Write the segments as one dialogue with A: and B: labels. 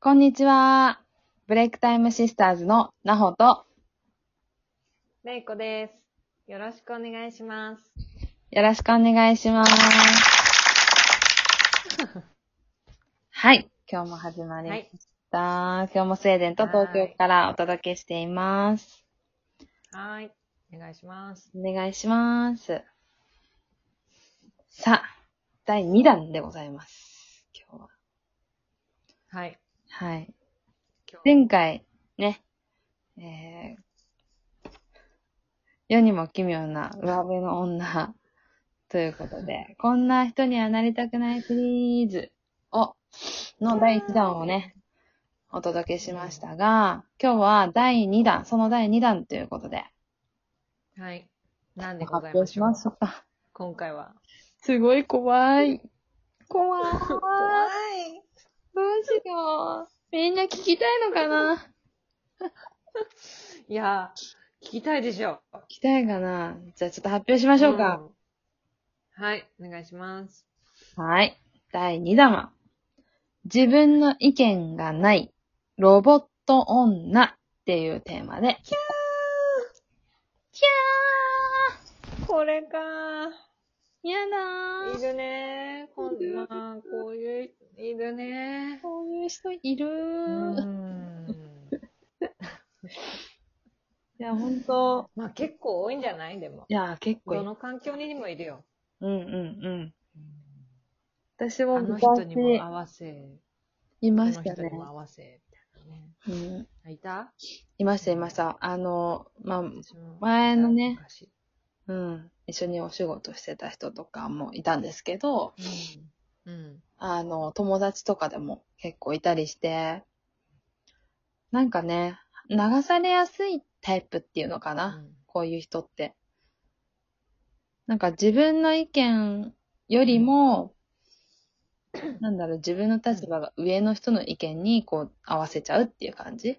A: こんにちは。ブレイクタイムシスターズのなほと、
B: レイコです。よろしくお願いします。
A: よろしくお願いします。はい。今日も始まりました。今日もスウェーデンと東京からお届けしています。
B: はーい。お願いします。
A: お願いします。さあ、第2弾でございます。今日は。
B: はい。
A: はい。
B: 今日
A: 前回、ね、えー世にも奇妙な上辺の女ということで、こんな人にはなりたくないシリーズを、の第1弾をね、お届けしましたが、今日は第2弾、その第2弾ということで、
B: はい。なんで
A: 発
B: ございま
A: 表
B: し
A: し
B: ょう
A: ましょうか。
B: 今回は。
A: すごい怖い。怖い。
B: い。
A: どうしよう。みんな聞きたいのかない
B: やー、聞きたいでしょ。
A: 聞きたいかなじゃあちょっと発表しましょうか。
B: うん。はい。お願いします。
A: はい。第2弾は、自分の意見がないロボット女っていうテーマで、キャーキ
B: これか
A: ャ
B: ー。
A: ーやだ
B: い
A: ー
B: るねー。こんな、こういう、いるね
A: こういう人いる
B: ー。
A: ー。い
B: ん。
A: や、ほんと。
B: まあ結構多いんじゃないでも。
A: いや、結構い
B: ど
A: る。
B: の環境にもいるよ。
A: うんうんうん。私も
B: あの人
A: 昔
B: にも合わせ。
A: い
B: こ
A: ま
B: の
A: した
B: 人
A: ね
B: に。も合わせ、みたいなね。
A: うん
B: あいた
A: いました、いました。あの、まあ、
B: 私も
A: 前のね
B: 昔
A: うん。一緒にお仕事してた人とかもいたんですけど、
B: うん。うん。
A: あの、友達とかでも結構いたりして、なんかね、流されやすいタイプっていうのかな、こういう人って。なんか自分の意見よりも、なんだろう、自分の立場が上の人の意見にこう合わせちゃうっていう感じ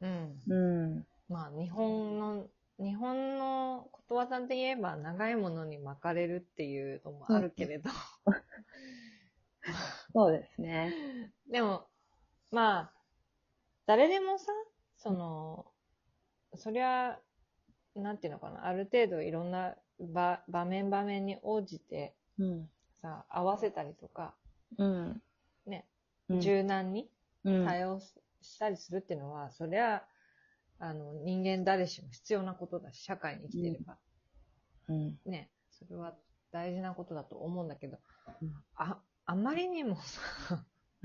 B: うん。うん。
A: うん。
B: まあ、日本の、日本のことわざで言えば、長いものに巻かれるっていうのもあるけれど。
A: そうですね。
B: でも、まあ、誰でもさ、その、そりゃ、なんていうのかな、ある程度いろんな場場面場面に応じて
A: うん。
B: さ、合わせたりとか、
A: うん。
B: ね、
A: うん。
B: 柔軟に
A: うん。
B: 対応すしたりするっていうのは、そりゃ、あの、人間誰しも必要なことだし、社会に生きてれば、
A: うん。
B: ね、それは大事なことだと思うんだけど
A: うん、
B: あ、あまりにもさ、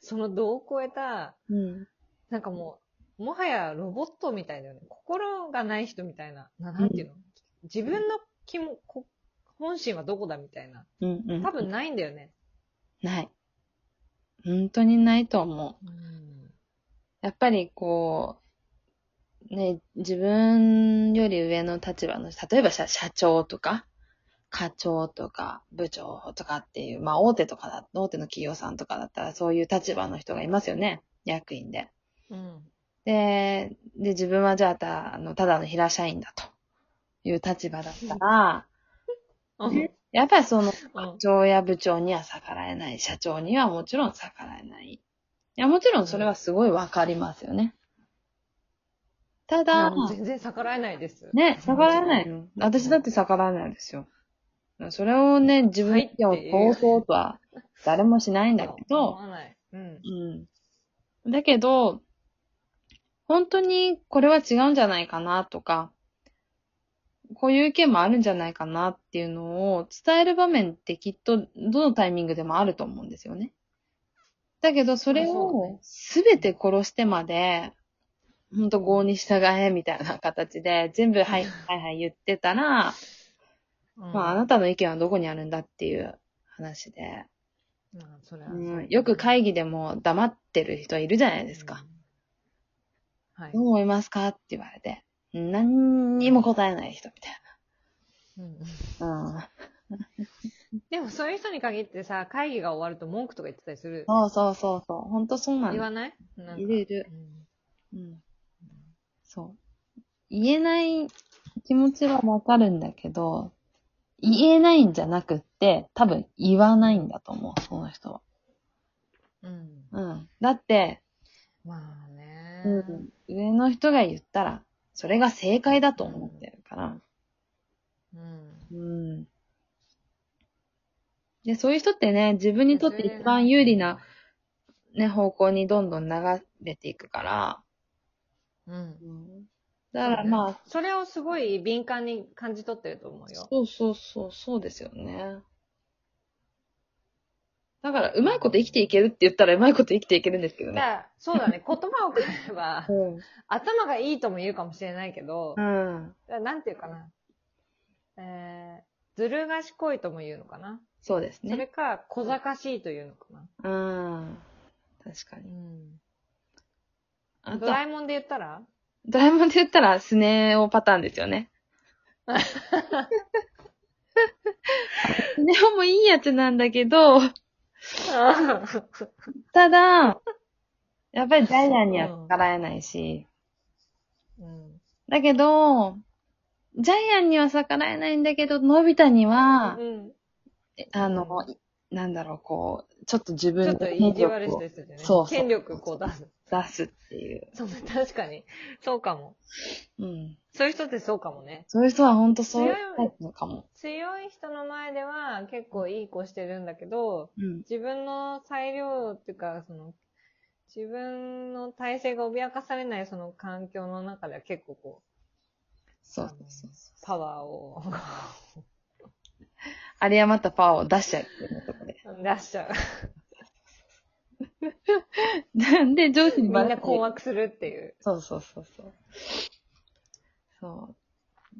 B: その度を超えた、
A: うん。
B: なんかもう、もはやロボットみたいだよね。心がない人みたいな、ななんていうの、自分の気も、こ本心はどこだみたいな。
A: うん。うん。
B: 多分ないんだよね。
A: ない。本当にないと思う。
B: うん
A: やっぱりこう、ね、自分より上の立場の、例えば社社長とか、課長とか、部長とかっていう、まあ大手とかだ、大手の企業さんとかだったらそういう立場の人がいますよね。役員で。
B: うん。
A: で、で、自分はじゃあた、あの、ただの平社員だという立場だったら、
B: うん。
A: やっぱりその、
B: うん
A: 課長や部長には逆らえない。社長にはもちろん逆らえない。いや、もちろんそれはすごいわかりますよね。た
B: い
A: だ
B: や、もう全然逆らえないです。
A: ね、逆らえないの。私だって逆らえないですよ。それをね、自分の意見を通そうとは誰もしないんだけ
B: 思
A: ど、
B: わない。うん。
A: うん。だけど、本当にこれは違うんじゃないかなとか、こういう意見もあるんじゃないかなっていうのを伝える場面ってきっとどのタイミングでもあると思うんですよね。だけどそれ
B: あそうだ
A: を
B: ね
A: すべて殺してまで、ほんと合に従えみたいな形で全部 はいはいはい言ってたら、
B: ま
A: まああなたの意見はどこにあるんだっていう話で、
B: まあ、それはそううだね、
A: ん、よく会議でも黙ってる人いるじゃないですか。
B: うん。はい
A: ど。う思いますかって言われて。何にも答えない人みたい
B: うん
A: な。
B: でもそういう人に限ってさ、会議が終わると文句とか言ってたりする。
A: うん。そうそうそうそう。ほんとそうなん
B: 言
A: だ。
B: わないなんか
A: いるいる。
B: うん
A: うん。そう。言えない気持ちはわかるんだけど、言えないんじゃなくって、多分言わないんだと思う、その人は。
B: うん。
A: うん。だって、
B: まあね。
A: うん、上の人が言ったら、それが正解だと思ってるから。
B: うん。
A: うん。で、そういう人ってね、自分にとって一番有利な、ね、方向にどんどん流れていくから。
B: うん。
A: だからまあ、
B: それをすごい敏感に感じ取ってると思うよ。
A: そうそうそう、そうですよね。だから、うまいこと生きていけるって言ったら、うまいこと生きていけるんですけど
B: だ
A: ね。
B: からそうだね。言葉を変えれば
A: う、ん。
B: 頭がいいとも言うかもしれないけど、
A: うん。
B: だからなんていうかな。えー、ずる賢いとも言うのかな。
A: そうです
B: それ
A: ね。
B: か、小賢しいというのかな。
A: うん。確かに。あ
B: ド
A: と、
B: ラえもんで言ったら
A: ドラえもんで言ったら、スネ夫パターンですよ ね。スネ夫もいいやつなんだけど、ただ、やっぱりダイアンには逆らえないし、
B: うん。
A: だけど、ジャイアンには逆らえないんだけど、のび太には
B: う、ん。
A: あの、なんだろう、こう、ちょっと自
B: ちょ
A: 分
B: っと
A: で
B: 意地悪して
A: 出
B: るよね。
A: そうそう
B: 権力こう出す。
A: すっていう。
B: そう、確かに。そうかも。
A: うん。
B: そういう人ってそうかもね。
A: そういう人は本当そういうタイプのかも。
B: 強い人の前では結構いい子してるんだけど、
A: うん。
B: 自分の裁量っていうか、その、自分の体制が脅かされないその環境の中では結構こ
A: そうそうそうそう
B: う、パワーを
A: 有り余ったパワーを出しちゃうって いうところで。
B: 出しちゃう。
A: なんで上司に
B: みん
A: バレ
B: な
A: て
B: 困惑するっていう。
A: そうそうそうそう。そう。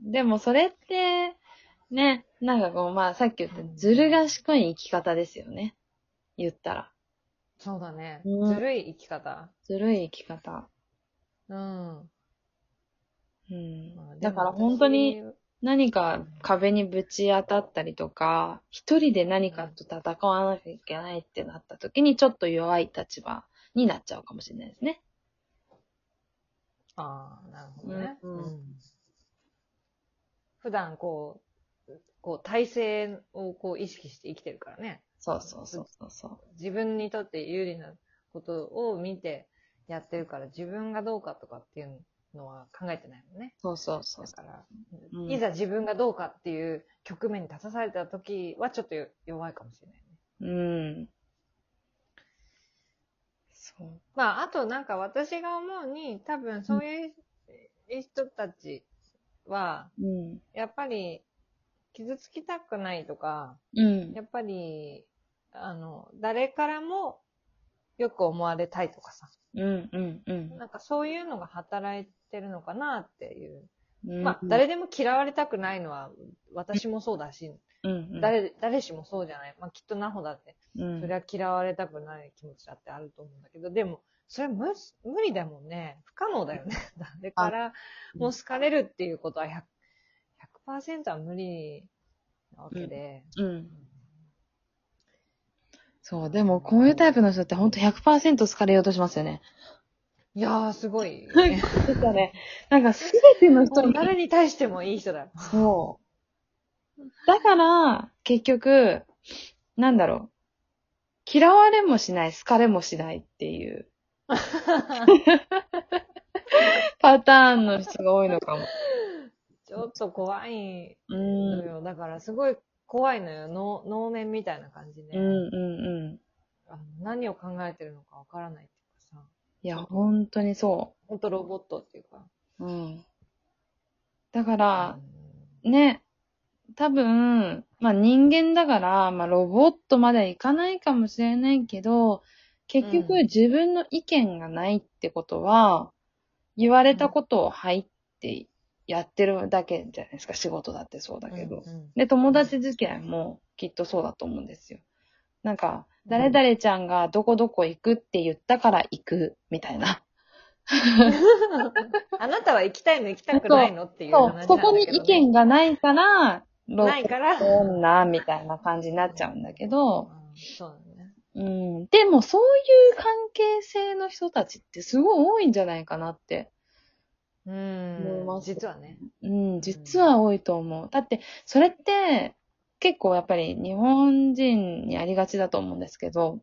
A: でもそれって、ね、なんかこう、まあさっき言ったずる賢い生き方ですよね。言ったら。
B: そうだね。
A: うん
B: ずるい生き方。
A: ずるい生き方。
B: うん。
A: うん
B: まあ。
A: だから本当に。何か壁にぶち当たったりとか、一人で何かと戦わなきゃいけないってなった時にちょっと弱い立場になっちゃうかもしれないですね。
B: ああ、なるほどね。
A: うん
B: 普段こう、こう体制をこう意識して生きてるからね。
A: そうそうそうそうそ
B: 自分にとって有利なことを見てやってるから自分がどうかとかっていうのは考えてないもんね。
A: う。そうそうそう
B: だ。から、
A: うん
B: いざ自分がどうかっていう局面に立たされた時はちょっと弱いかもしれない
A: う
B: ね。
A: ん。そう。
B: まあ、あとなんか私が思うに、多分そういう人たちは、
A: うん。
B: やっぱり傷つきたくないとか、
A: うん。
B: やっぱり、あの、誰からもよく思われたいとかさ、
A: うん。うん。うん
B: なんかそういうのが働いてるのかなっていう。
A: うん。
B: まあ、誰でも嫌われたくないのは、私もそうだし、
A: うん、うん。
B: 誰、誰しもそうじゃない。まあ、きっとなほだって、
A: うん。
B: それは嫌われたくない気持ちだってあると思うんだけど、でも、それ無視無理だもんね。不可能だよね。誰からも好かれるっていうことは 100%, 100%は無理なわけで。
A: うん。そう、でもこういうタイプの人ってほんと100%好かれようとしますよね。
B: いやー、すごい、
A: なん
B: ね。
A: かね、なんかすべての人
B: もう
A: に、
B: 誰に対してもいい人だよ。
A: そう。だから、結局、なんだろう。嫌われもしない、好かれもしないっていう。パターンの人が多いのかも。
B: ちょっと怖いの
A: うん。
B: よ。だから、すごい怖いのよ。能能面みたいな感じ
A: う
B: で、
A: んうんうん。
B: あの何を考えてるのかわからないっていうかさ、
A: いや、本当にそ
B: ほんとロボットっていうか。
A: う。うん。だから、ね、多分、まあ人間だから、まあロボットまではいかないかもしれないけど、結局
B: うん
A: 自分の意見がないってことは、言われたことを入ってやってるだけじゃないですか、仕事だってそうだけど
B: う。んうん
A: で、友達付き合いもきっとそうだと思うんですよ。なんか、誰々ちゃんがどこどこ行くって言ったから行く、みたいな。
B: あなたは行きたいの行きたくないのっていう
A: そ
B: 話なんだ
A: う、
B: けど、
A: そ
B: ね。
A: こに意見がないから、ロ
B: ないから。
A: ボ女みたいな感じになっちゃうんだけど、
B: うんそうだね。
A: うん。でもそういう関係性の人たちってすごい多いんじゃないかなって。
B: う
A: 思い
B: ん
A: ま。す
B: 実はね。
A: うん、実は多いと思う。だって、それって、結構やっぱり日本人にありがちだと思うんですけど、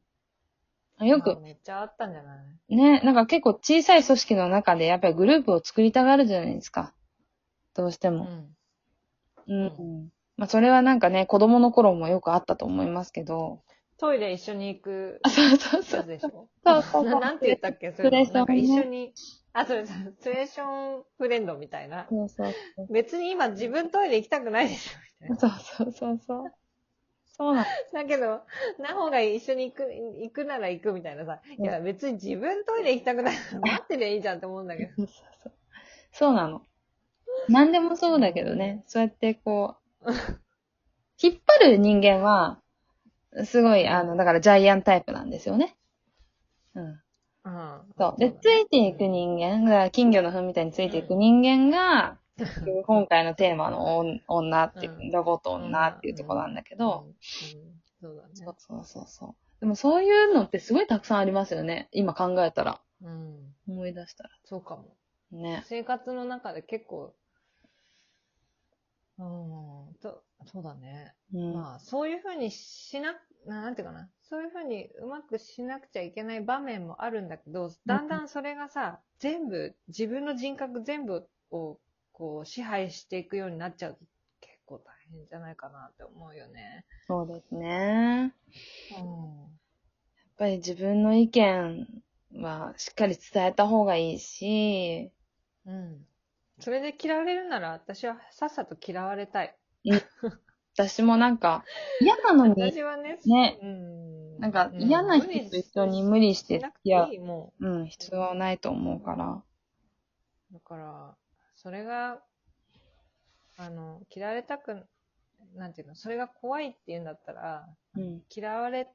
A: よく、
B: めっちゃあったんじゃない
A: ね、なんか結構小さい組織の中でやっぱりグループを作りたがるじゃないですか。どうして
B: う
A: も。
B: ん。
A: うん。
B: ん
A: まあそれはなんかね、子供の頃もよくあったと思いますけど。
B: トイレ一緒に行く
A: あ、そうそうそ
B: や
A: う。
B: つでしょ
A: そうそうそう
B: ななんて言ったっけそれ
A: ス
B: な
A: ト
B: んか
A: レー
B: 一
A: ションね
B: 緒に、あ、そうです。ストレーションフレンドみたいな。
A: そうそうそう。
B: 別に今自分トイレ行きたくないでしょ みたいな。
A: そうそうそうそう。そうなの。
B: だけど、なほが一緒に行く、行くなら行くみたいなさ。いや、別に自分トイレ行きたくないから待ってりゃいいじゃんって思うんだけど。
A: そうそうそう。そうなの。何でもそうだけどね、そうやってこう、引っ張る人間は、すごい、あの、だからジャイアンタイプなんですよね。うん。
B: うん。
A: そう。で、ついていく人間、だから金魚の糞みたいについていく人間が、今回のテーマの女女っていう、
B: うん
A: ロボット女っていうところなんだけど、
B: うん、うんそうだ
A: そう
B: ね。
A: そうそうそう。でもそういうのってすごいたくさんありますよね。今考えたら。
B: うん。
A: 思い出したら。
B: そうかも。
A: ね。
B: 生活の中で結構、うん、とそうだね。
A: うん。
B: まあ、そういうふうにしな、ななんていうかな。そういうふうにうまくしなくちゃいけない場面もあるんだけど、だんだんそれがさ、全部、自分の人格全部を、こう、支配していくようになっちゃうと、結構大変じゃないかなって思うよね。
A: そうですね。
B: う
A: や
B: ん。
A: っぱり自分の意見はしっかり伝えた方がいいし、
B: うん。それで嫌われるなら、私はさっさと嫌われたい。
A: 私もなんか、嫌なのに、
B: 私はね、
A: ね、
B: うん。
A: なんか
B: う
A: 嫌な人と一緒に無理して
B: しな
A: 付
B: くて
A: き合う
B: いい、も
A: うん、必要はないと思うから。
B: う。だから、それが、あの、嫌われたく、なんていうの、それが怖いって言うんだったら、
A: うん。
B: 嫌われ